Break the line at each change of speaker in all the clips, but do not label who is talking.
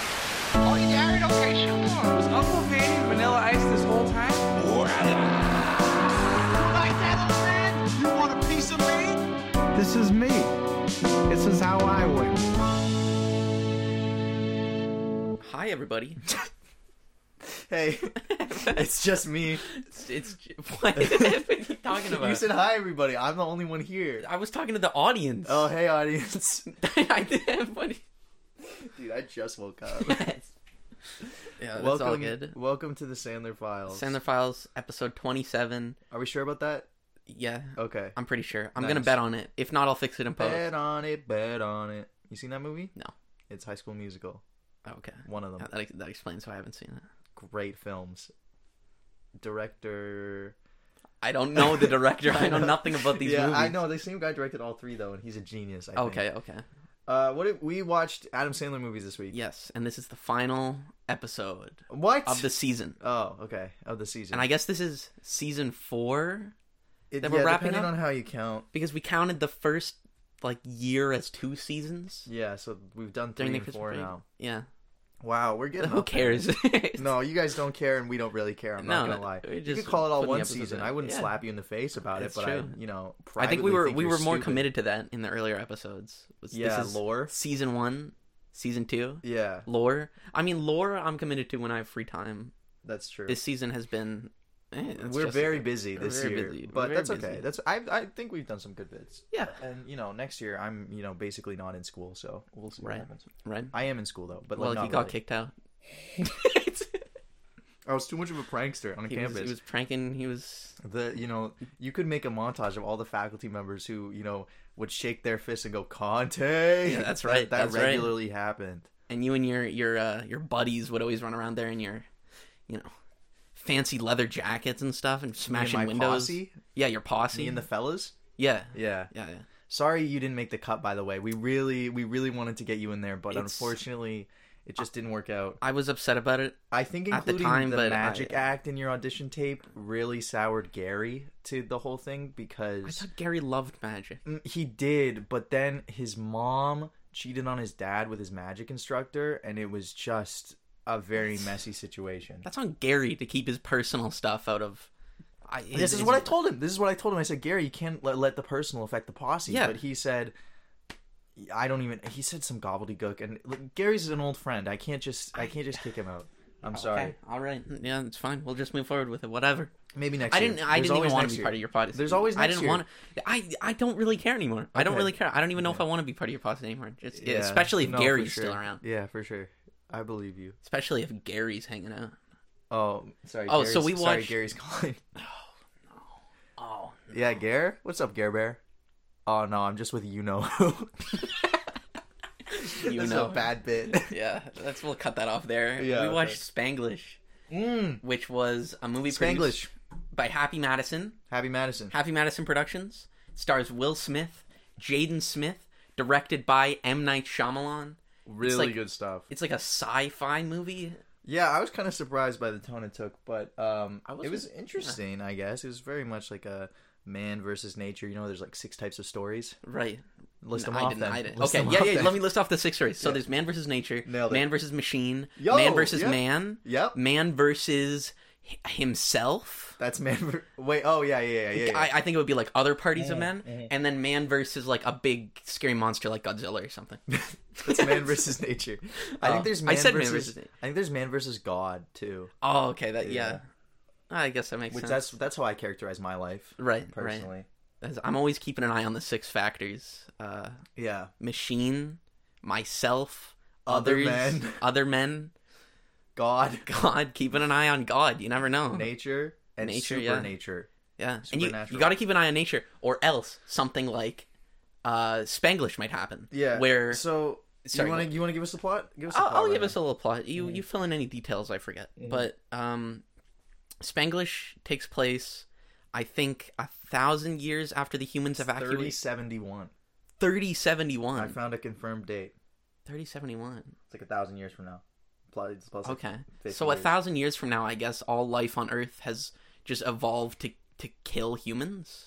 Oh, you got it? Okay, sure.
Was Uncle Vinny Vanilla Ice this whole time?
You like that, old man? You want a piece of me?
This is me. This is how I win.
Hi, everybody.
Hey, it's just me.
It's, it's what are you talking about?
You said hi, everybody. I'm the only one here.
I was talking to the audience.
Oh, hey, audience.
I did. What?
Dude, I just woke up.
Yes. Yeah, that's
welcome,
all good.
welcome to the Sandler Files.
Sandler Files episode twenty-seven.
Are we sure about that?
Yeah,
Okay.
I'm pretty sure. I'm
Nice.
gonna bet on it. If not, I'll fix it in post.
Bet on it. Bet on it. You seen that movie?
No.
It's High School Musical.
Oh, okay.
One of them.
Yeah, That, ex- that explains why I haven't seen it.
Great films. Director.
I don't know the director. I know nothing about these
yeah,
movies.
I know the same guy directed all three though, and he's a genius. I think.
Okay, okay.
Uh, what if we watched Adam Sandler movies this week?
Yes, and this is the final episode
What?
of the season.
Oh, okay. Of the season.
And I guess this is season four
It-
that we're
yeah,
wrapping
depending
up?
on how you count.
because we counted the first like year as two seasons
Yeah, so we've done three
during the
and
Christmas
four
break.
now.
Yeah.
Wow, we're getting
Who
up there.
cares?
No, you guys don't care, and we don't really care. I'm
No,
not gonna lie.
we're
you
just
could call it all
putting
one
the episodes
season.
out.
I wouldn't
Yeah.
slap you in the face about
It's
it, but
true.
I, you know,
I think we
privately
were
think
we
you're
were more
stupid.
committed to that in the earlier episodes. Was-
Yeah,
this is
lore.
Season one, season two,
Yeah,
lore. I mean, lore. I'm committed to when I have free time.
that's true.
This season has been. eh, it's
we're
just-
very busy
we're
this
very
year,
busy. We're
but
very
that's
busy.
okay. That's I I think we've done some good bits.
Yeah.
and you know, next year I'm you know basically not in school, so we'll see
Right.
what happens.
right.
I am in school though, but
well,
like,
he got
not really.
kicked out.
I was too much of a prankster on
he, was,
campus.
he was pranking. He was.
the you know you could make a montage of all the faculty members who you know would shake their fists and go Conte.
Yeah, that's
That-
right,
That,
that's right.
regularly happened.
And you and your your uh, your buddies would always run around there in your, you know, fancy leather jackets and stuff, and smashing
my
windows.
posse?
Yeah, your posse.
Me and the fellas.
yeah. yeah.
Yeah.
Yeah,
Sorry you didn't make the cut. By the way, we really we really wanted to get you in there, but
It's-
unfortunately. It just didn't work out.
I was upset about it.
I think
at the
including the,
time, but
magic
I-
act in your audition tape really soured Gary to the whole thing
I
because
thought Gary loved magic.
Mm, he did, but then his mom cheated on his dad with his magic instructor, and it was just a very messy situation.
That's on Gary to keep his personal stuff out of. I,
This is what I told him. This is what I told him. I said, Gary, you can't let, let the personal affect the posse.
Yeah.
But he said, I don't even. He said some gobbledygook, and look, Gary's an old friend. I can't just. I can't just kick him out. I'm sorry.
Okay, all right. Mm, Yeah, it's fine. We'll just move forward with it. Whatever.
Maybe next.
I
year.
didn't. I
There's
didn't even
always
want
next
to be
year.
part of your posse.
There's always
I
next
didn't
year.
want. To, I I don't really care anymore. I don't
Okay.
really care. I don't even know if I want to be part of your posse anymore. Just especially if
No, for
Gary's
sure.
still around.
Yeah, for sure. I believe you.
Especially if Gary's hanging out.
Oh, sorry.
Oh, so
Gary's-
we
Sorry,
watched-
Gary's calling.
Oh,
Yeah, Gare. What's up, Gare Bear? Oh no, I'm just with you know who.
you
This is
know.
a bad bit.
Yeah, that's we'll cut that off there.
Yeah,
we
okay.
watched Spanglish,
mm.
which was a movie produced
Spanglish.
by Happy Madison.
Happy Madison.
Happy Madison Productions stars Will Smith, Jaden Smith, directed by M Night Shyamalan.
Really
like-
good stuff.
It's like a sci-fi movie.
Yeah, I was kind of surprised by the tone it took, but um,
I
it was
wasn't-
interesting. I guess it was very much like a man versus nature. You know, there's like six types of stories.
Right.
List
No,
them off.
I
then.
denied it.
List
okay,
them
yeah,
off
yeah.
then.
Let me list off the six stories. So there's man versus nature,
Nailed it.
man versus machine,
Yo,
man versus
yeah.
man,
Yep.
man versus h- himself.
That's man. ver- Wait. Oh yeah, yeah, yeah, yeah. yeah.
I, I think it would be like other parties of men, and then man versus like a big scary monster like Godzilla or something.
That's man versus nature. I
Oh,
think there's
I
man
said man
versus,
versus na-
I think there's man versus God too.
Oh, okay. That yeah.
Yeah.
I guess that makes
Which
sense.
that's that's how I characterize my life.
Right, right.
Personally.
As- I'm always keeping an eye on the six factors: uh,
Yeah.
machine, myself,
Other
others,
men.
other men,
God,
God. Keeping an eye on God. You never know.
nature, and
Nature,
super
yeah.
nature.
yeah, and you you
supernatural.
got to keep an eye on nature, or else something like uh, Spanglish might happen. where
so
Sorry,
you want
what?
to you want to give us the plot? Give us. the
I'll,
plot
I'll give
right
us a little plot. You you fill in any details I forget,
Mm-hmm.
but um, Spanglish takes place, I think, a thousand years after the humans
now. thirty
evacuated.
seventy one.
Thirty
I
seventy-one.
found a confirmed date.
Thirty seventy-one.
It's like a thousand years from now. Plus, it's plus like
Okay,
50
so a
years.
thousand years from now, I guess all life on Earth has just evolved to to kill humans.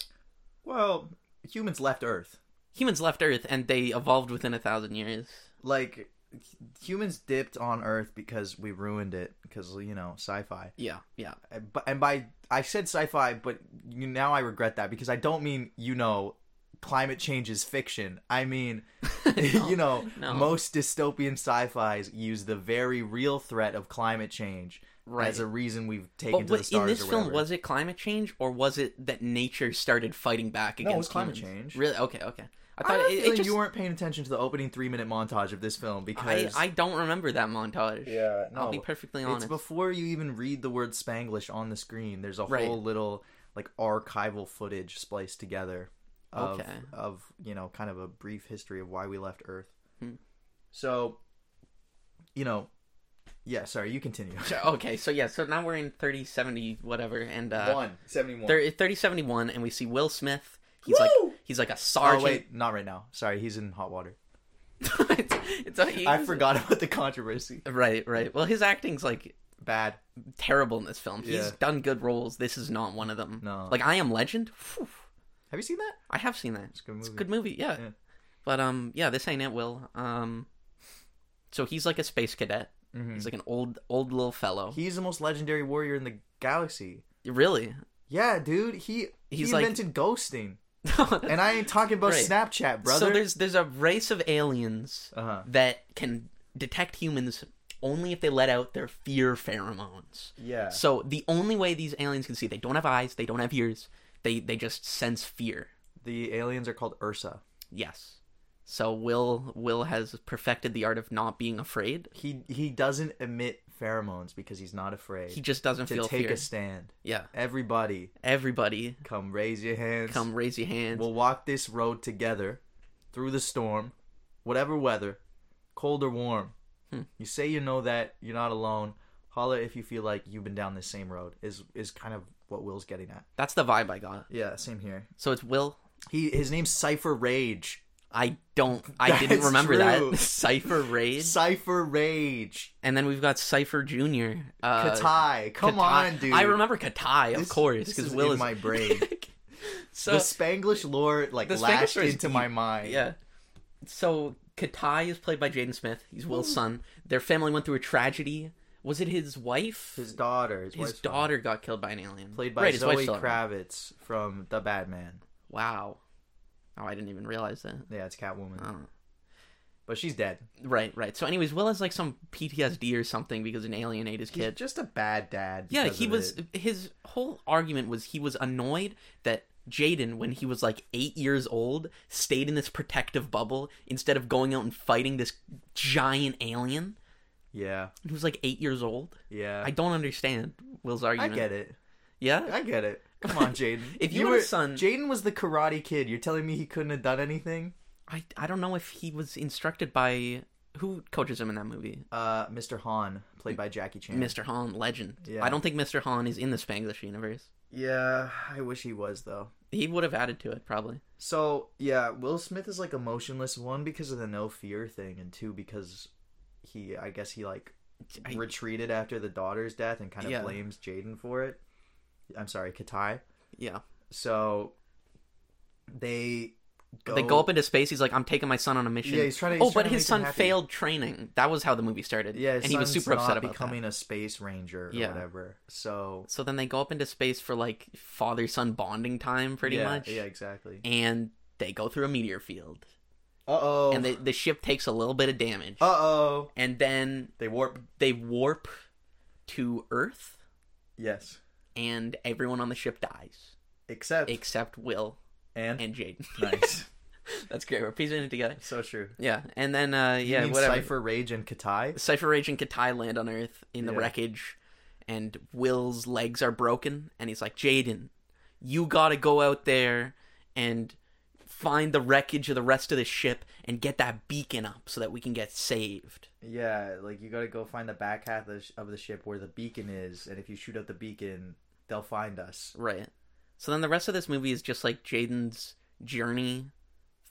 Well, humans left Earth.
Humans left Earth, and they evolved within a thousand years.
Like humans dipped on Earth because we ruined it because you know sci-fi.
Yeah, yeah.
And bu- and by I said sci-fi, but you, now I regret that because I don't mean you know climate change is fiction. I mean you know
no.
most dystopian sci-fi's use the very real threat of climate change
Right.
as a reason we've taken
But
to the
what,
stars.
in this
or
film,
whatever.
was it climate change or was it that nature started fighting back
No,
against
it was climate
humans?
change.
Really? Okay, okay. I
I
thought
have a
it, it
feeling
just.
you weren't paying attention to the opening three minute montage of this film
I,
because
I don't remember that montage.
yeah no
I'll be perfectly
it's
honest.
before you even read the word Spanglish on the screen. There's a
Right.
whole little like archival footage spliced together of
Okay.
of you know kind of a brief history of why we left Earth.
Hmm.
So, you know, yeah. Sorry, you continue.
okay, so yeah, so now we're in 3070 whatever and uh
One seventy one.
thir- 3071 and we see Will Smith. He's like he's like a
Oh
sergeant.
wait, not right now. Sorry, he's in hot water.
it's, it's a, he-
I forgot about the controversy.
Right, right. Well, his acting's like
Bad.
terrible in this film. He's
Yeah.
done good roles. This is not one of them.
No.
Like I Am Legend. Phew.
Have you seen that?
I have seen that. It's
a good movie.
yeah.
Yeah.
But um, yeah, this ain't it, Will. Um, so he's like a space cadet.
Hmm.
He's like an old, old little fellow.
Mm-hmm. He's the most legendary warrior in the galaxy.
Really?
Yeah, dude. He
He's
he
like-
invented ghosting. And I ain't talking about
Right.
Snapchat, brother.
So there's there's a race of aliens
Uh-huh.
that can detect humans only if they let out their fear pheromones.
Yeah.
So the only way these aliens can see, they don't have eyes, they don't have ears, they they just sense fear.
The aliens are called Ursa.
Yes. So Will Will has perfected the art of not being afraid.
He he doesn't emit pheromones because he's not afraid
He just doesn't
to
feel
take
fear.
a stand.
yeah.
Everybody,
Everybody,
come raise your hands.
come raise your hands.
We'll walk this road together through the storm, whatever weather, cold or warm.
Hmm.
You say you know that you're not alone. Holla if you feel like you've been down this same road. Is is kind of what Will's getting at.
That's the vibe I got.
Yeah, same here.
So it's Will.
He his name's Cipher Rage.
I don't. I didn't
That's
remember
true.
that. Cipher Rage,
Cipher Rage.
and then we've got Cipher Junior. Uh,
Katai, come
Katai-
on, dude.
I remember Katai, of
This-
course,
this
because
is
Will
in
is
my brain.
so
the Spanglish lore like
the Spanglish
lashed
lore is
into
deep.
my mind.
yeah. So Katai is played by Jaden Smith. He's Will's son. Their family went through a tragedy. Was it his wife?
his daughter, his,
His
wife's daughter,
daughter got killed by an alien.
played by
right, his wife's
Zoe
daughter.
Kravitz from The Batman.
Wow. Oh, I didn't even realize that.
Yeah, it's Catwoman,
Oh.
but she's dead.
Right, right. So, anyways, Will has like some PTSD or something because an alien ate his
He's
kid.
just a bad dad.
Yeah,
because
he
of
was.
it.
His whole argument was he was annoyed that Jaden, when he was like eight years old, stayed in this protective bubble instead of going out and fighting this giant alien.
Yeah,
He was like eight years old.
yeah.
I don't understand Will's
I
argument.
get it.
Yeah,
I get it. Come on, Jaden.
If you had a son-
Jaden was the Karate Kid. You're telling me he couldn't have done anything?
I I don't know if he was instructed by who coaches him in that movie.
Uh, Mr. Han, played by Jackie Chan.
Mr. Han, legend.
Yeah.
I don't think Mr. Han is in the Spanglish universe.
Yeah, I wish he was though.
He would have added to it probably.
So yeah, Will Smith is like emotionless one because of the no fear thing, and two because he, I guess he like
I-
retreated after the daughter's death and kind of
Yeah.
blames Jaden for it. I'm sorry, Katai.
Yeah.
So they go,
They go up into space. He's like, "I'm taking my son on a mission."
Yeah, he's trying to- he's
oh, but
trying to
his
make
son
him happy.
failed training. That was how the movie started.
yeah,
and he was super upset about
becoming
that.
a space ranger or
Yeah.
whatever. So
So then they go up into space for like father son bonding time, pretty
yeah,
much.
yeah, exactly.
And they go through a meteor field,
Uh oh,
and the the ship takes a little bit of damage,
uh oh,
and then
they warp.
they warp to Earth,
Yes,
and everyone on the ship dies
except
except Will
and,
and Jaden.
nice.
That's great. We're piecing it together.
so true.
Yeah, and then uh, yeah,
you mean
whatever.
Cipher, Rage, and Katai.
Cypher Agent Katai land on Earth in the
Yeah.
wreckage, and Will's legs are broken, and he's like, Jaden, you gotta go out there and find the wreckage of the rest of the ship and get that beacon up so that we can get saved.
Yeah, like you gotta go find the back half of the, sh- of the ship where the beacon is, and if you shoot out the beacon, they'll find us.
Right. So then the rest of this movie is just like Jaden's journey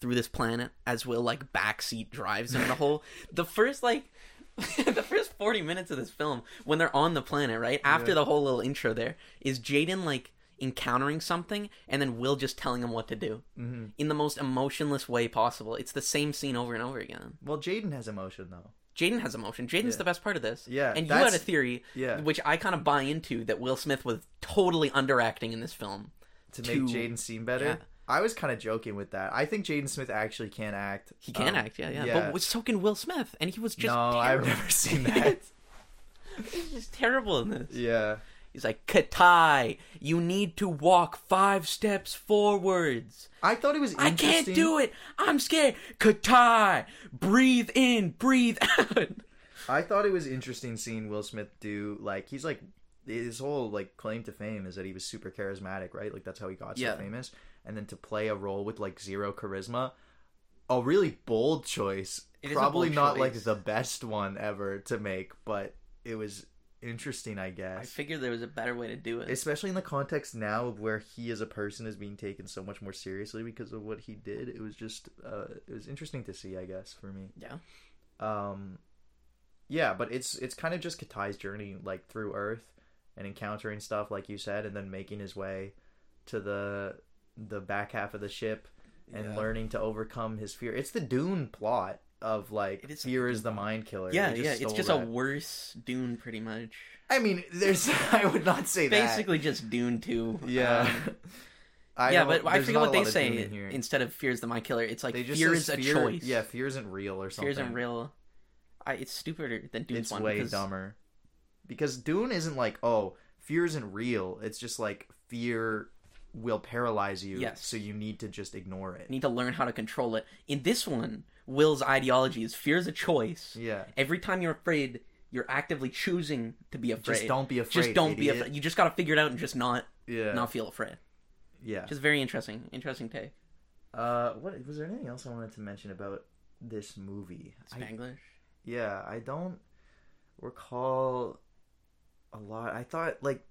through this planet as Will like backseat drives him in a hole. The first like the first 40 minutes of this film when they're on the planet, right? After the whole little intro there is Jaden like encountering something and then Will just telling him what to do in the most emotionless way possible. It's the same scene over and over again.
Well, Jaden has emotion though.
Jaden has emotion. Jaden's the best part of this.
Yeah,
And you
that's-
had a theory,
yeah.
which I kind of buy into, that Will Smith was totally underacting in this film.
to make
to-
Jaden seem better.
yeah.
I was kind of joking with that. I think Jaden Smith actually can act.
He can
Um,
act, yeah, yeah,
yeah.
But so can Will Smith, and he was just
no, I've
terrible.
never seen that.
He's just terrible in this.
yeah,
He's like, Katai, you need to walk five steps forwards.
I thought it was.
I
Interesting.
can't do it. I'm scared. Katai, breathe in, breathe out.
I thought it was interesting seeing Will Smith do like he's like his whole like claim to fame is that he was super charismatic, right? Like that's how he got
Yeah.
so famous. And then to play a role with like zero charisma, a really bold choice.
It is a
Probably
bold
not like
choice.
the best one ever to make, but it was interesting, I guess.
I figured there was a better way to do it.
especially in the context now of where he as a person is being taken so much more seriously because of what he did it was just uh it was interesting to see i guess for me
Yeah.
um yeah but it's it's kind of just katai's journey like through earth and encountering stuff like you said and then making his way to the the back half of the ship and
Yeah.
learning to overcome his fear it's the dune plot of like
It is
fear is the mind killer
Yeah,
We
yeah. It's
stole
just a
that.
worse Dune, pretty much.
i mean there's i would not say that
Basically, just Dune Two.
yeah.
Um,
I
yeah,
don't-
but I
there's
forget
not a
what they
lot of doom
say
in here.
instead of "fear is the mind killer." It's like
They just
"fear is
says
a
fear-
choice."
Yeah, fear isn't real
fear
or something.
isn't real. I, it's stupider than Dune's
It's
one.
way
because
dumber. Because Dune isn't like, oh, fear isn't real. It's just like fear will paralyze you,
Yes.
so you need to just ignore
You
it.
need to learn how to control it. In this one, Will's ideology is fear is a choice.
Yeah.
Every time you're afraid, you're actively choosing to be afraid.
Just don't be afraid.
Just don't be
idiot.
afraid. You just gotta figure it out and just not
Yeah.
not feel afraid.
yeah.
Just very interesting. Interesting take.
Uh, what was there anything else I wanted to mention about this movie? I
Spanglish.
yeah i don't recall a lot i thought like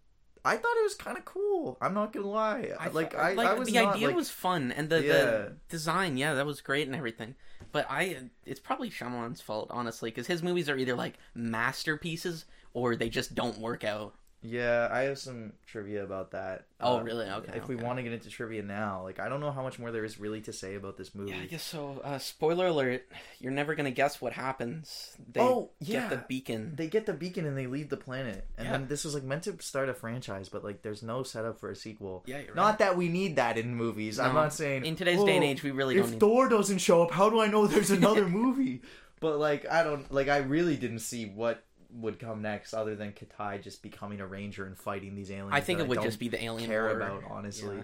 i thought it was kind of cool i'm not gonna lie I, like
thought-
I, I was
the
not,
idea
like-
was fun and the,
Yeah.
the design, yeah, that was great and everything. But I, it's probably Shyamalan's fault, honestly, because his movies are either like masterpieces or they just don't work out.
yeah i have some trivia about that
Oh,
Um,
really? Okay,
if we
okay.
want to get into trivia now like i don't know how much more there is really to say about this movie
Yeah, I guess so. Uh, spoiler alert: You're never gonna guess what happens. They
Oh,
get
yeah.
the beacon.
they get the beacon and they leave the planet and
Yeah.
then this was like meant to start a franchise but like there's no setup for a sequel
Yeah, you're
not that we need that in movies i'm
No.
not saying
In today's day and
"Oh,
age, we really don't
if
need-
thor doesn't show up how do i know there's another movie but like i don't like i really didn't see what would come next other than katai just becoming a ranger and fighting these aliens
I think
that
it would
don't
just be the alien
care
war.
about honestly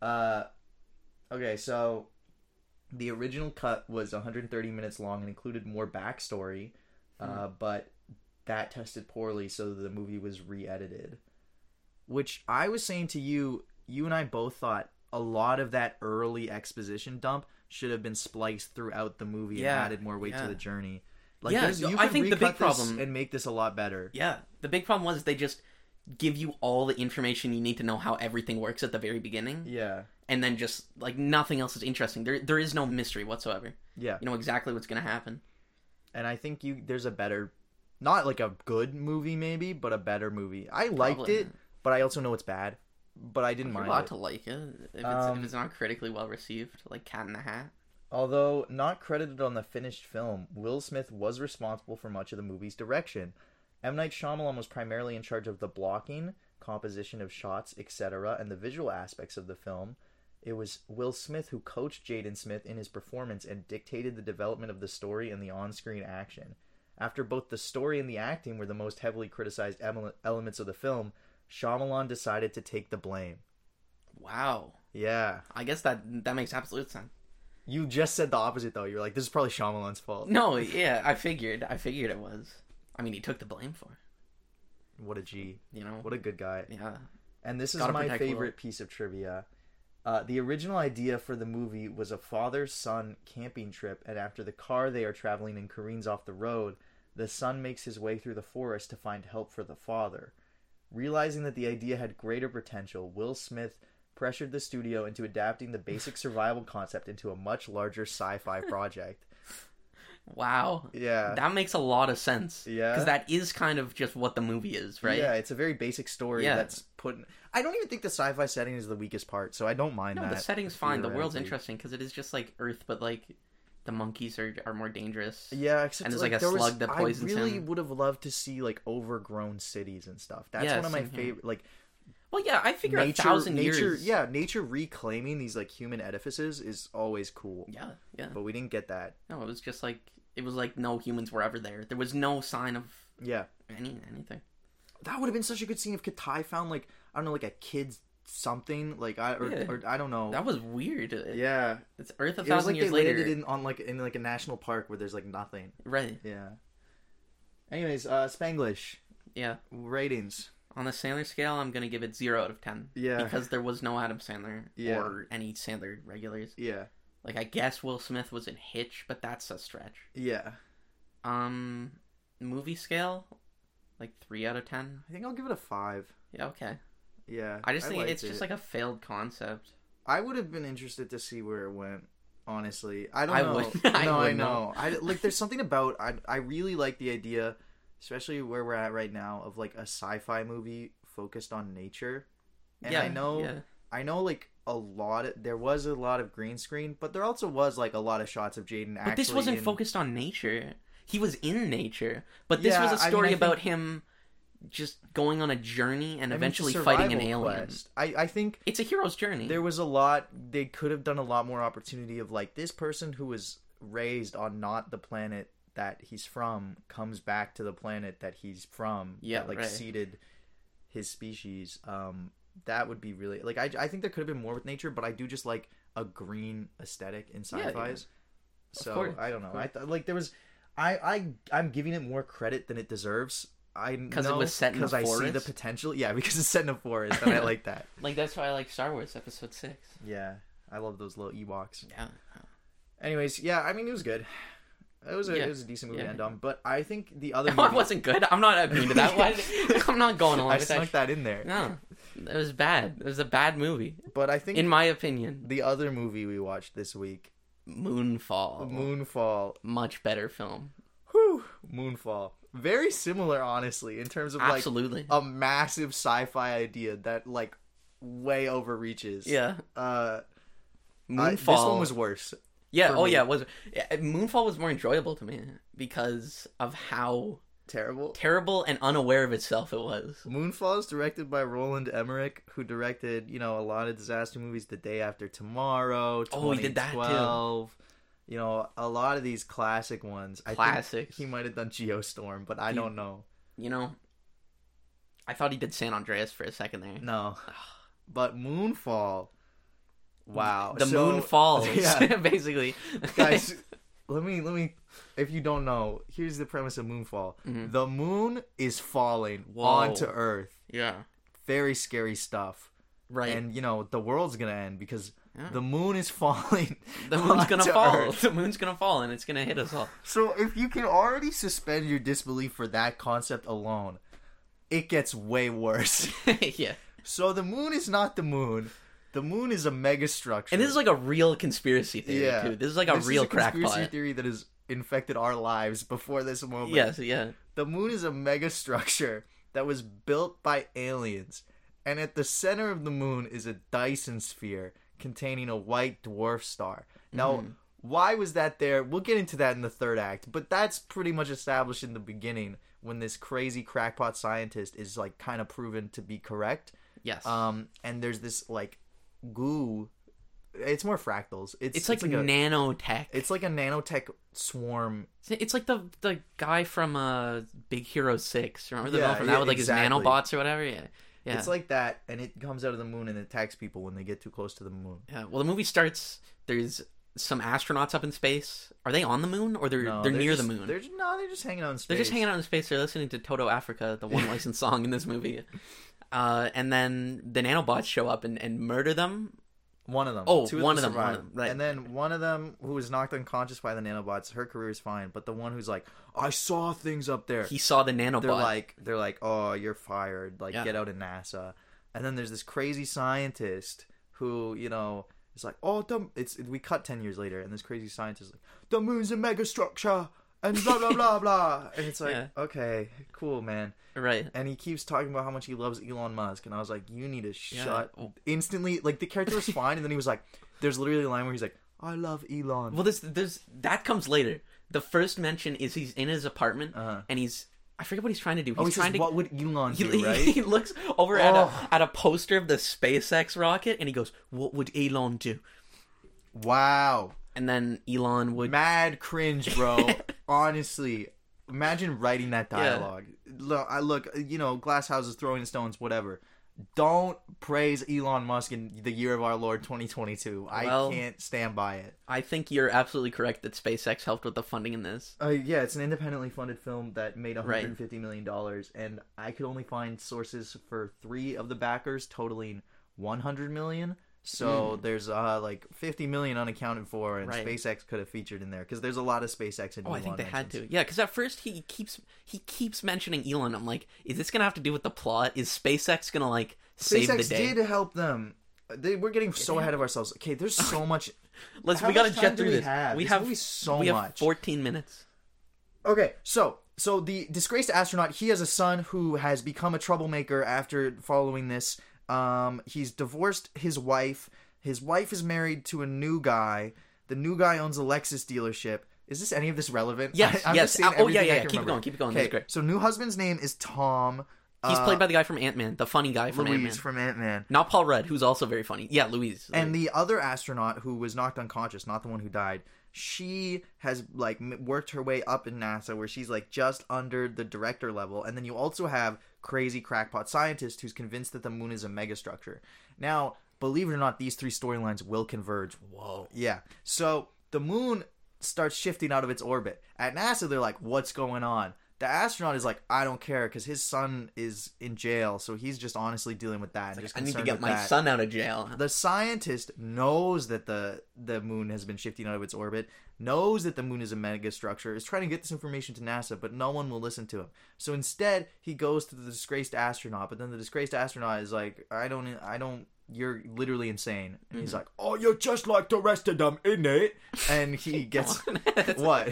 uh okay so the original cut was 130 minutes long and included more backstory
Hmm.
uh, but that tested poorly so the movie was re-edited which i was saying to you you and i both thought a lot of that early exposition dump should have been spliced throughout the movie
Yeah,
and added more weight
yeah.
to the journey like
Yeah,
there's-
so
you
I
could
think the big
recut this
problem-
and make this a lot better
Yeah. The big problem was they just give you all the information you need to know how everything works at the very beginning,
yeah
and then just like nothing else is interesting. There, there is no mystery whatsoever.
yeah
You know exactly what's gonna happen.
and I think you there's a better, not like a good movie maybe, but a better movie. I liked
Probably
it,
not.
but I also know it's bad. But I didn't
You're
mind
allowed
it.
to like it if it's,
Um,
if it's not critically well received, like Cat in the Hat.
Although not credited on the finished film, Will Smith was responsible for much of the movie's direction. M. Night Shyamalan was primarily in charge of the blocking, composition of shots, etc., and the visual aspects of the film. It was Will Smith who coached Jaden Smith in his performance and dictated the development of the story and the on screen action. After both the story and the acting were the most heavily criticized emel- elements of the film, Shyamalan decided to take the blame.
Wow.
Yeah.
I guess that that makes absolute sense.
You just said the opposite, though. You're like, this is probably Shyamalan's fault.
No, yeah, I figured. I figured it was. I mean, he took the blame for it,
What a G.
you know.
What a good guy.
yeah.
And this is
Gotta
my
protect Will.
favorite piece of trivia. Uh, the original idea for the movie was a father son camping trip, and after the car they are traveling in careens off the road, the son makes his way through the forest to find help for the father. Realizing that the idea had greater potential, Will Smith pressured the studio into adapting the basic survival concept into a much larger sci fi project.
Wow.
Yeah.
That makes a lot of sense.
Yeah.
Because that is kind of just what the movie is, right?
Yeah, it's a very basic story
Yeah.
that's put. In... I don't even think the sci-fi setting is the weakest part, so I don't mind
No,
that.
the setting's fine. The world's
theoretically.
interesting because it is just like Earth, but like the monkeys are, are more dangerous.
Yeah, except
And there's,
like,
like, a
there was-
slug that poisons
I really
him.
would have loved to see like overgrown cities and stuff. That's
Yeah,
one of my
same here.
favorite. Like
Well, yeah, I figure
nature,
a thousand
nature,
years.
yeah, nature reclaiming these like human edifices is always cool.
yeah, yeah.
But we didn't get that.
No, it was just like it was like no humans were ever there. There was no sign of
Yeah,
any anything.
that would have been such a good scene if Katai found like I don't know like a kid's something like I or,
Yeah.
or I don't know.
That was weird.
yeah,
It's Earth a
it was
thousand
like they
years later.
landed in on like in like a national park where there's like nothing.
Right.
Yeah. Anyways, uh Spanglish
Yeah.
ratings.
On the Sandler scale, I'm gonna give it zero out of ten.
Yeah.
Because there was no Adam Sandler
Yeah.
or any Sandler regulars.
Yeah.
Like I guess Will Smith was in Hitch, but that's a stretch.
Yeah.
Um, movie scale, like three out of ten.
I think I'll give it a 5.
Yeah, okay.
Yeah.
I just think
liked
it's just
it.
like a failed concept.
I would have been interested to see where it went. Honestly, I don't
I
know.
would-
no,
I
I
would
know. I like. There's something about. I I really like the idea, especially where we're at right now, of like a sci-fi movie focused on nature. And
yeah,
I know.
Yeah.
I know. Like a lot. Of, there was a lot of green screen, but there also was like a lot of shots of Jaden.
But this wasn't
in,
focused on nature. He was in nature, but this
Yeah,
was a
I mean,
story
I think-
about him just going on a journey and
I mean, it's a
eventually fighting an
survival
alien.
quest. I I think
It's a hero's journey.
there was a lot they could have done a lot more opportunity of like this person who was raised on not the planet that he's from comes back to the planet that he's from
Yeah,
that, like
right.
seeded his species um that would be really like I, I think there could have been more with nature but i do just like a green aesthetic in
Yeah, yeah.
sci-fi's so
course,
i don't know
of
i th- like there was I, I i'm giving it more credit than it deserves i because
it was set in a
i see the
forest?
potential yeah because it's set in a forest and i like that
like that's why I like Star Wars Episode Six.
yeah i love those little ewoks
Yeah.
Anyways, yeah, I mean it was good. It was a
Yeah.
it was a decent movie
Yeah.
to end on, but I think the other
No, it
movie,
wasn't good. I'm not immune to that. Why- I'm not going along
I
with that.
snuck
sh-
that in there.
No, it was bad. It was a bad movie,
But I think
in my opinion.
the other movie we watched this week, Oh.
Moonfall,
Moonfall.
much better film.
Whew, Moonfall. Very similar, honestly, in terms of like uh,
Absolutely.
a massive sci-fi idea that like way overreaches.
yeah.
Uh,
Moonfall.
I- this one was worse.
Yeah.
for
Oh
me.
yeah. It was yeah, Moonfall was more enjoyable to me because of how
Terrible.
terrible and unaware of itself it was.
Moonfall is directed by Roland Emmerich, who directed, you know, a lot of disaster movies. The Day After Tomorrow,
Oh, he did that, too.
2012, You know, a lot of these classic ones. I think
Classics.
he might have done Geostorm, but I
He-
don't know.
You know. I thought he did San Andreas for a second there.
No, but Moonfall. Wow,
The
So-
moon falls,
Yeah,
basically.
guys. Let me let me. If you don't know, here's the premise of Moonfall. The moon is falling
Mm-hmm. Whoa.
onto Earth.
yeah.
Very scary stuff.
Right.
and you know the world's gonna end because
Yeah.
the moon is falling.
the moon's gonna
onto
fall.
Earth.
The moon's gonna fall, and it's gonna hit us all.
So if you can already suspend your disbelief for that concept alone, it gets way worse.
yeah.
so the moon is not the moon. The moon is a megastructure.
And this is like a real conspiracy theory too. This is like a real
conspiracy
crackpot.
theory that has infected our lives before this moment.
Yes. Yeah.
The moon is a megastructure that was built by aliens, and at the center of the moon is a Dyson sphere containing a white dwarf star. Now, why was that there? We'll get into that in the third act, but that's pretty much established in the beginning when this crazy crackpot scientist is like kind of proven to be correct.
Yes.
Um, and there's this like goo. It's more fractals. It's
it's like,
a,
nanotech.
it's like a nanotech swarm
It's like the the guy from uh Big Hero Six. Remember the
Yeah,
one from that
yeah,
with like
exactly.
his nanobots or whatever. Yeah, yeah.
It's like that, and it comes out of the moon and attacks people when they get too close to the moon.
yeah. Well, the movie starts. There's some astronauts up in space. Are they on the moon or they're
No,
they're, near
just-
the moon?
They're
They're,
ju- no, they're just hanging out in space.
just hanging out in space. They're listening to Toto Africa, the one licensed song in this movie. Uh, and then the nanobots show up and, and murder them.
One of them.
Oh,
two
one
them
of them, one
survive.
of them, right.
And then one of them who was knocked unconscious by the nanobots. Her career is fine, but the one who's like, I saw things up there.
He saw the nanobot.
they're like, they're like, oh, you're fired. Like,
Yeah.
get out of NASA. And then there's this crazy scientist who, you know. is like, oh, the, it's we cut ten years later, and this crazy scientist is like, the moon's a megastructure, and blah blah blah blah, and it's like,
Yeah.
okay, cool, man.
right.
and he keeps talking about how much he loves Elon Musk, and I was like, you need to
Yeah.
shut instantly. Like the character was fine, and then he was like, there's literally a line where he's like, I love Elon.
Well, this there's that comes later. The first mention is he's in his apartment
Uh-huh.
and he's I forget what he's trying to do. He's
oh, he
trying
says,
to
what would Elon
he,
do,
he-
right?
he looks over at
Oh.
a at a poster of the SpaceX rocket and he goes, "What would Elon do?"
wow.
And then Elon would
Mad cringe, bro. Honestly, imagine writing that dialogue. Look, I look, you know, glass houses throwing stones, whatever. Don't praise Elon Musk in the year of our Lord 2022. I
Well-
can't stand by it.
I think you're absolutely correct that SpaceX helped with the funding in this.
Uh, yeah, it's an independently funded film that made
Right.
$150 million dollars, and I could only find sources for three of the backers totaling 100 million. So there's uh, like 50 million unaccounted for, and
Hmm. Right.
SpaceX could have featured in there because there's a lot of SpaceX. And
Oh, I think
Elon
they had
mentions.
to. Yeah, because at first he keeps he keeps mentioning Elon. I'm like, is this gonna have to do with the plot? Is SpaceX gonna like save the
SpaceX
day?
did help them. They, we're getting so ahead of ourselves. Okay, there's so much.
Let's
How
we gotta
much time
jet
do
through
we
this.
have?
We
This
have
movie's so
we have
much.
14 minutes.
Okay, so so the disgraced astronaut, he has a son who has become a troublemaker after following this. Um, he's divorced his wife. His wife is married to a new guy. The new guy owns a Lexus dealership. Is this any of this relevant?
Yes,
I'm
yes.
just saying
Uh, oh, yeah,
everything I
yeah, yeah.
can
Keep it going, keep it going. This is
Okay,
great.
so new husband's name is Tom.
He's
uh,
played by the guy from Ant Man, the funny guy from Ant Man.
Louise from Ant Man.
Not Paul Rudd, who's also very funny. Yeah, Louise.
And the other astronaut who was knocked unconscious, not the one who died, she has like m- worked her way up in NASA where she's like just under the director level. And then you also have crazy crackpot scientist who's convinced that the moon is a megastructure. Now, believe it or not, these three storylines will converge. Whoa. Yeah. So the moon starts shifting out of its orbit. At NASA, they're like, what's going on? The astronaut is like, I don't care because his son is in jail, so he's just honestly dealing with that. and just
I need to
concerned
get
with
my
that
son out of jail.
the scientist knows that the the moon has been shifting out of its orbit, knows that the moon is a megastructure, is trying to get this information to NASA, but no one will listen to him. So instead, he goes to the disgraced astronaut, but then the disgraced astronaut is like, "I don't, I don't." You're literally insane. And he's like, "Oh, you're just like the rest of them, innit?" And he gets
That's-
what?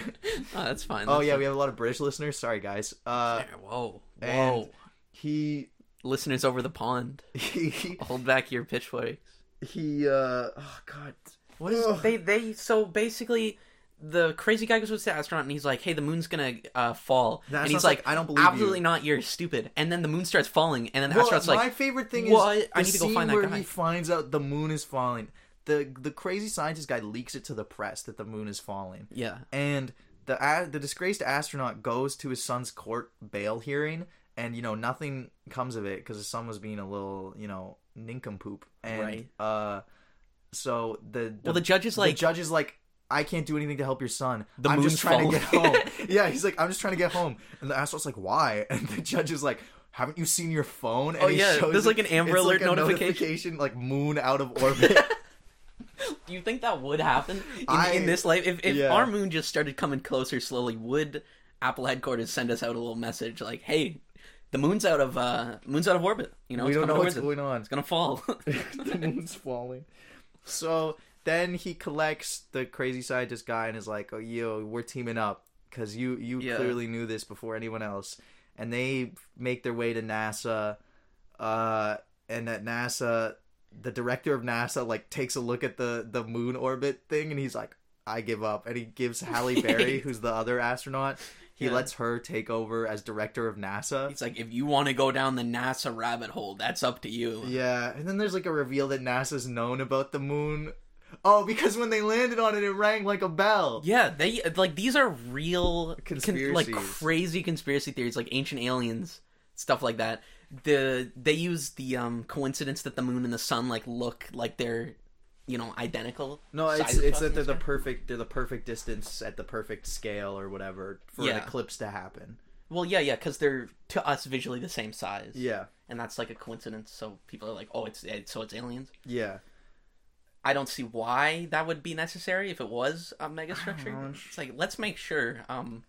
Oh, that's fine.
Oh
that's
yeah, we have a lot of British listeners. Sorry guys. Uh,
fine. Whoa, whoa.
and he
Listeners over the pond,
he
hold back your pitchforks.
he. Uh, oh God, what is?
they they so basically the crazy guy goes to the astronaut and he's like, "Hey, the moon's gonna uh, fall,"
The
and he's
astronaut's
like,
like, "I don't believe you."
absolutely not. You're stupid." And then the moon starts falling, and then the
Well,
astronaut's
my
like,
favorite thing
"What?
is
I
the
need to go
scene
find that
where
guy."
he finds out the moon is falling. The the crazy scientist guy leaks it to the press that the moon is falling.
"Yeah,
And the a- the disgraced astronaut goes to his son's court bail hearing, and you know nothing comes of it because his son was being a little you know nincompoop. And
Right.
uh, so the, the
Well, the judge is like-
the judge is like. I can't do anything to help your son.
The
I'm just
moon's
trying to get
falling."
home. yeah, he's like, I'm just trying to get home. And the astronaut's like, why? And the judge is like, haven't you seen your phone? And
Oh,
he
yeah,
shows
there's
it.
like an Amber
It's
Alert
a
notification.
like moon out of orbit.
do you think that would happen in,
I-
in this life? If if
yeah.
our moon just started coming closer slowly, would Apple headquarters send us out a little message like, "Hey, the moon's out of uh, moon's out of orbit. You know,
we
it's
don't know
coming
what's
towards it.
going on.
It's gonna fall."
the moon's falling. So then he collects the crazy scientist guy and is like, "Oh, yo, we're teaming up because you you
Yeah.
clearly knew this before anyone else." And they make their way to NASA, uh, and at NASA, the director of NASA like takes a look at the the moon orbit thing, and he's like, "I give up," and he gives Halle Berry, who's the other astronaut, he
Yeah.
lets her take over as director of NASA.
It's like if you want to go down the NASA rabbit hole, that's up to you.
Yeah, and then there's like a reveal that NASA's known about the moon. Oh, because when they landed on it, it rang like a bell.
Yeah, they like these are real con- like
Conspiracies.
crazy conspiracy theories, like ancient aliens stuff like that. The they use the um coincidence that the moon and the sun like look like they're you know identical.
No, it's
sizes
it's
across
that they're
the
the
sky.
perfect they're the perfect distance at the perfect scale or whatever for an
Yeah.
eclipse to happen.
well, yeah, yeah, because they're to us visually the same size.
Yeah,
and that's like a coincidence. So people are like, oh, it's it, so it's aliens.
yeah.
I don't see why that would be necessary if it was a megastructure.
know.
It's like let's make sure um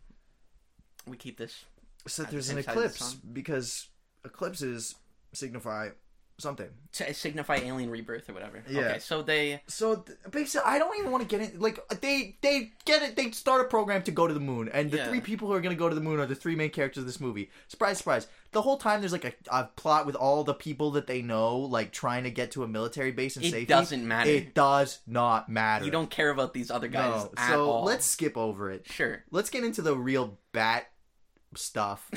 we keep this
So
the
there's an
same side of the
eclipse
sun.
because eclipses signify something.
to signify alien rebirth or whatever.
Yeah.
Okay, so they
So th- basically, I don't even want to get in. Like uh, they they get it. They start a program to go to the moon, and the
Yeah.
three people who are going to go to the moon are the three main characters of this movie. Surprise, surprise! The whole time there's like a, a plot with all the people that they know, like trying to get to a military base and
It
safety.
doesn't matter.
It does not matter.
you don't care about these other guys
No.
at
so
all.
let's skip over it.
sure.
Let's get into the real bat stuff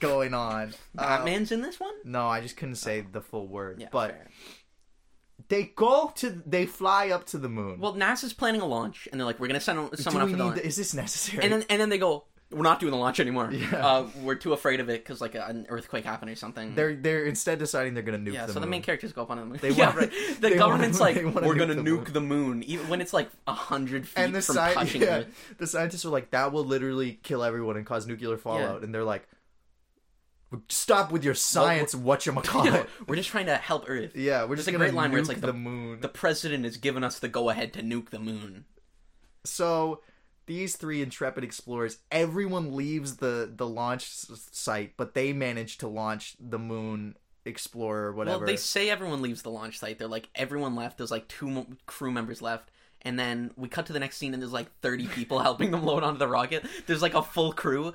going on. Uh,
Batman's in this one.
no, I just couldn't say the full word,
Yeah,
but
fair.
they go to they fly up to the moon.
well, NASA's planning a launch, and they're like, "We're gonna send a- someone
Do
up
we
for the
need
launch."
the- Is this necessary?
and then and then they go, "We're not doing the launch anymore.
Yeah.
Uh, we're too afraid of it because like a, an earthquake happened or something."
they're they're instead deciding they're gonna nuke.
yeah,
the
so the
moon.
main characters go up on the moon.
They
yeah,
wanna-
right. the
they wanna-
government's
they
like,
wanna
"We're
nuke
gonna
the
nuke
moon."
the moon," even when it's like a hundred feet
and the
from
sci-
touching
yeah,
Earth.
the scientists are like that will literally kill everyone and cause nuclear fallout, and they're like, stop with your science, what you
Yeah, we're just trying to help Earth.
Yeah, we're just
a
gonna
great line
nuke
where it's like
the,
the-
moon.
The president has given us the go ahead to nuke the moon.
So these three intrepid explorers, everyone leaves the the launch s- site, but they manage to launch the moon explorer, whatever.
Well, they say everyone leaves the launch site. They're like everyone left. There's like two mo- crew members left, and then we cut to the next scene, and there's like 30 people helping them load onto the rocket. There's like a full crew,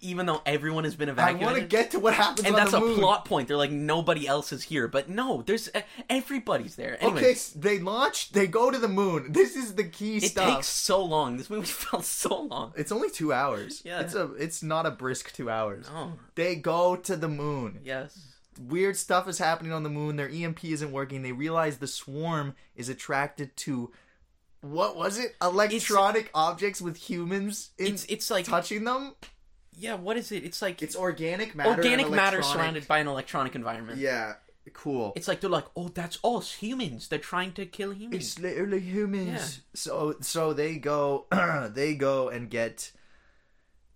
even though everyone has been
I
evacuated.
want to get to what happens
and
on
that's
the
a
moon.
plot point. They're like nobody else is here, but no, there's uh, everybody's there. Anyway,
Okay, s- they launch. They go to the moon. This is the key
it
stuff.
takes so long. This movie felt so long.
It's only two hours.
Yeah.
It's a it's not a brisk two hours.
Oh,
They go to the moon.
yes.
Weird stuff is happening on the moon. Their EMP isn't working. They realize the swarm is attracted to what was it? Electronic objects with humans in,
It's it's like
touching them.
yeah. What is it? It's like
It's organic matter. and
organic matter
electronic-
surrounded by an electronic environment.
Yeah. Cool.
It's like they're like, oh, that's us humans. They're trying to kill humans.
It's literally humans. So so they go they go and get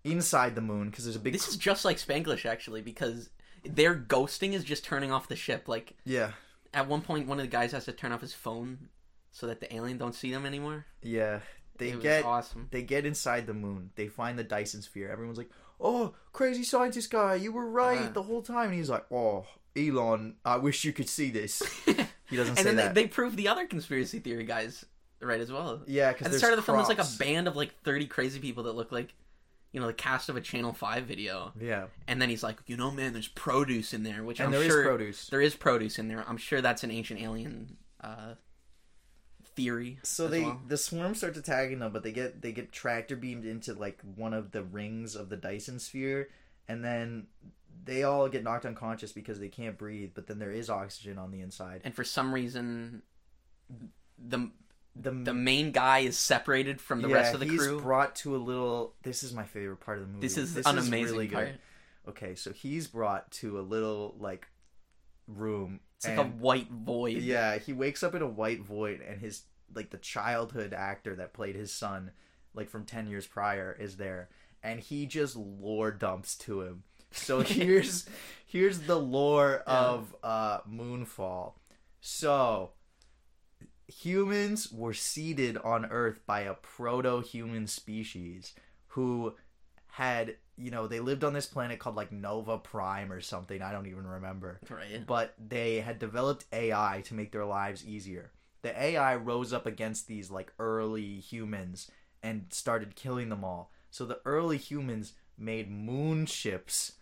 inside the moon because there's a big
This is just like Spanglish actually, because their ghosting is just turning off the ship. Like
yeah
at one point, one of the guys has to turn off his phone so that the alien don't see them anymore.
yeah they
it was
get
awesome.
They get inside the moon. They find the Dyson sphere. Everyone's like, "Oh, crazy scientist guy, you were right
Uh-huh.
the whole time." And he's like, "Oh, Elon, I wish you could see this." He doesn't
and
say
then
that.
They, they prove the other conspiracy theory guys right as well.
yeah, because
At the start of the film, there's like a band of like 30 crazy people that look like, you know, the cast of a Channel 5 video.
Yeah,
And then he's like, you know, man, there's produce in there, which
and
I'm
there is
sure
produce.
there is produce in there. I'm sure that's an ancient alien uh, theory.
so
as
they
well.
the swarm starts attacking them, but they get they get tractor beamed into like one of the rings of the Dyson sphere, and then they all get knocked unconscious because they can't breathe. But then there is oxygen on the inside.
and for some reason the
The
the main guy is separated from the rest of the
he's
crew
brought to a little. This is my favorite part of the movie.
this is an amazing
really good.
part
Okay, so he's brought to a little like room.
it's like a
and-
white void
yeah, he wakes up in a white void, and his like the childhood actor that played his son, like from ten years prior, is there, and he just lore dumps to him. So here's here's the lore of uh, Moonfall. So humans were seeded on Earth by a proto-human species who had you know they lived on this planet called like Nova Prime or something. I don't even remember
right
but they had developed AI to make their lives easier. The AI rose up against these like early humans and started killing them all. So the early humans made moon ships,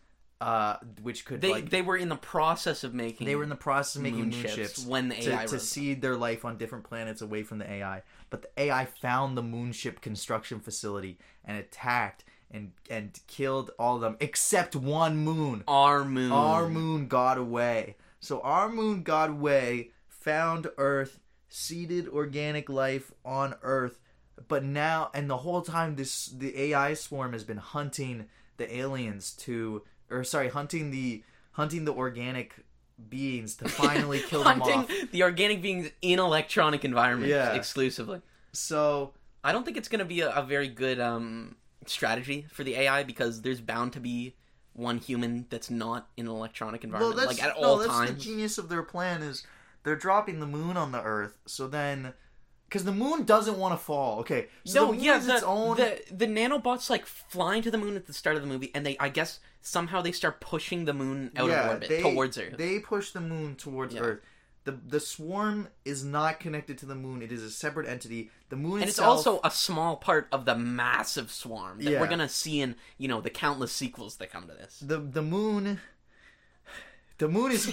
uh, which could
they
like
they were in the process of making
they were in the process of making
moon
moon,
ships
ships,
when the AI
to, to
rose
seed their life on different planets away from the AI. But the AI found the moon ship construction facility and attacked and and killed all of them except one moon.
our moon
Our moon got away. So our moon got away, found Earth, seeded organic life on Earth, but now and the whole time this the AI swarm has been hunting the aliens to or sorry, hunting the hunting the organic beings to finally kill them
hunting
off.
the organic beings in electronic environments
Yeah.
exclusively
So
i don't think it's going to be a, a very good um strategy for the ai because there's bound to be one human that's not in an electronic
well,
environment
that's,
like at
no,
all
that's
times
the genius of their plan is they're dropping the moon on the Earth, so then Because the moon doesn't want to fall. Okay. So
no,
the moon
yeah,
is
the,
its own.
the the nanobots like flying to the moon at the start of the movie, and they I guess somehow they start pushing the moon out of orbit towards Earth.
They push the moon towards
Yeah.
Earth. The the swarm is not connected to the moon. It is a separate entity. The moon
and it's
itself,
also a small part of the massive swarm that
Yeah.
we're gonna see in you know the countless sequels that come to this.
the the moon. The moon is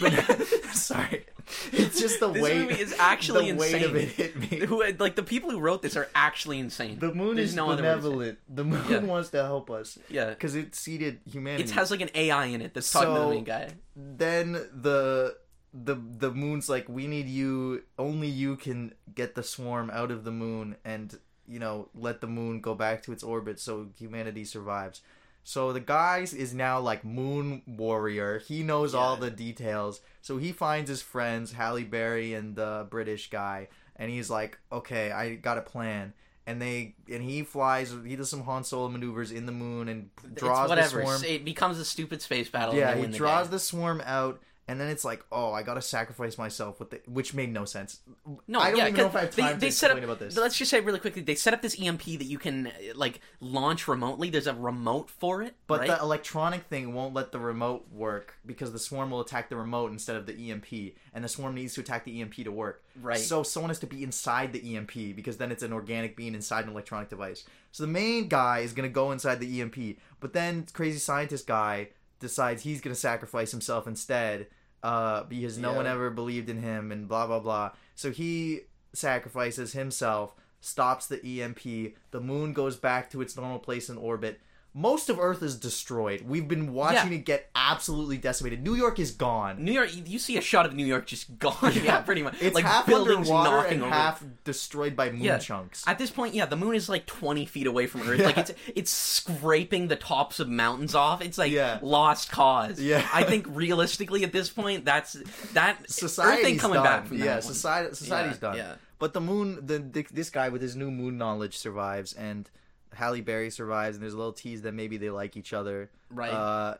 sorry. It's just the
This
weight.
movie is actually
the weight of it
insane.
hit me.
Who like the people who wrote this are actually insane.
The moon
There's
is
no other way to say it.
benevolent. The moon
Yeah.
wants to help us.
Yeah.
because it seeded humanity.
It has like an AI in it that's talking to the
So-
main guy.
then the the the moon's like we need you only you can get the swarm out of the moon and you know let the moon go back to its orbit so humanity survives so the guys is now like moon warrior he knows all the details so he finds his friends halle berry and the british guy and he's like okay i got a plan and they and he flies he does some han solo maneuvers in the moon and draws
it's
the
whatever.
swarm
It becomes a stupid space battle. and
yeah,
they
he
win the
draws
day.
the swarm out, and then it's like, oh, I gotta sacrifice myself with the, which made no sense.
No,
I don't
yeah,
even know
'cause
if I have
they-
time
they
to
set
explain
up,
about this.
Let's just say really quickly, they set up this EMP that you can uh, like launch remotely. There's a remote for it,
But
right?
the electronic thing won't let the remote work because the swarm will attack the remote instead of the EMP, and the swarm needs to attack the EMP to work.
Right.
So someone has to be inside the EMP because then it's an organic being inside an electronic device. So the main guy is gonna go inside the EMP, but then crazy scientist guy decides he's gonna sacrifice himself instead uh, because no one ever believed in him and blah blah blah. So he sacrifices himself, stops the EMP. The moon goes back to its normal place in orbit. Most of Earth is destroyed. We've been watching
Yeah.
it get absolutely decimated. New York is gone.
New York, you see a shot of New York just gone. Yeah, pretty much.
It's
like
half
buildings
underwater
knocking
and
over.
half destroyed by moon
yeah.
chunks.
At this point, yeah, the moon is like 20 feet away from Earth. Like
Yeah.
it's it's scraping the tops of mountains off. It's like
Yeah.
lost cause.
Yeah.
I think realistically at this point, that's that Earth ain't
society's
coming
done.
back from that.
yeah,
one.
society, society's
Yeah,
done.
yeah.
But the moon, the, the this guy with his new moon knowledge survives, and Halle Berry survives, and there's a little tease that maybe they like each other.
Right.
Uh,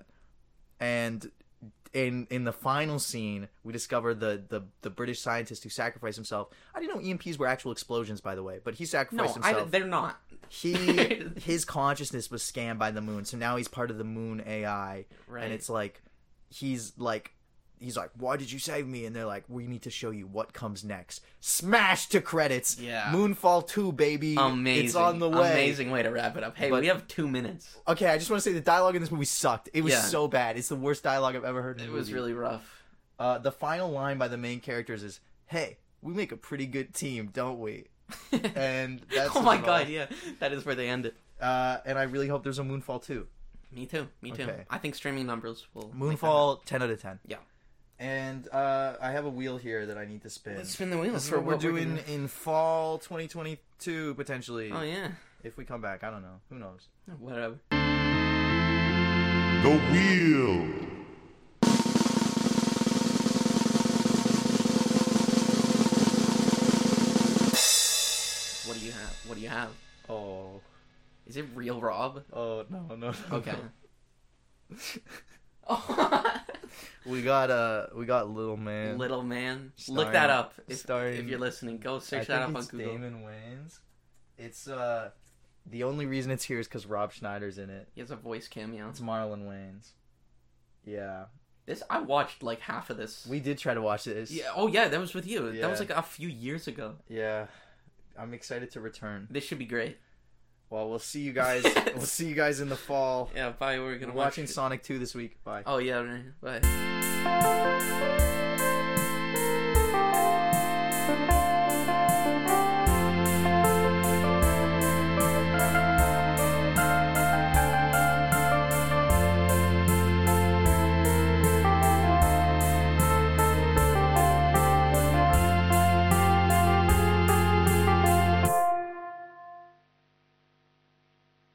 and in in the final scene, we discover the the the British scientist who sacrificed himself. I didn't know EMPs were actual explosions, by the way, but he
No,
sacrificed
I,
himself.
they're not.
he his consciousness was scanned by the moon, so now he's part of the moon AI,
Right.
and it's like he's like he's like, "Why did you save me?" And they're like, "We need to show you what comes next." Smash to credits.
Yeah.
Moonfall Two, baby.
Amazing.
It's on the way.
Amazing way to wrap it up. Hey,
But-
we have two minutes.
Okay, I just want to say the dialogue in this movie sucked. It was
Yeah.
so bad. It's the worst dialogue I've ever heard. In a
It was
movie.
really rough.
Uh, the final line by the main characters is, "Hey, we make a pretty good team, don't we?" And that's
oh my
about
god,
all.
yeah. That is where they end it.
Uh, and I really hope there's a Moonfall Two.
Me too. Me too.
Okay.
I think streaming numbers will make that happen.
Moonfall, ten out of ten.
Yeah.
And uh, I have a wheel here that I need to spin.
Let's spin the wheels
That's
for
what we're
what we're
doing
gonna-
in fall 2022 potentially.
Oh yeah.
If we come back, I don't know. Who knows?
Whatever.
The wheel.
What do you have? What do you have?
Oh,
Is it real Rob?
oh no, no. no
Okay.
no. We got uh, we got little man.
Little man. Look
Starring-
that up. If,
starring-
if you're listening, go
I
search
think
that up on
it's
Google.
Damon Wayans. It's uh, the only reason it's here is because Rob Schneider's in it.
He has a voice cameo.
It's Marlon Wayans. Yeah,
This I watched like half of this.
we did try to watch this.
Yeah. Oh yeah, that was with you. That was
Yeah.
like a few years ago.
yeah. I'm excited to return.
This should be great.
Well, we'll see you guys. we'll see you guys in the fall.
Yeah. Bye. We're gonna
We're
watch
watching
it.
Sonic 2 this week. Bye.
Oh yeah. right. Bye.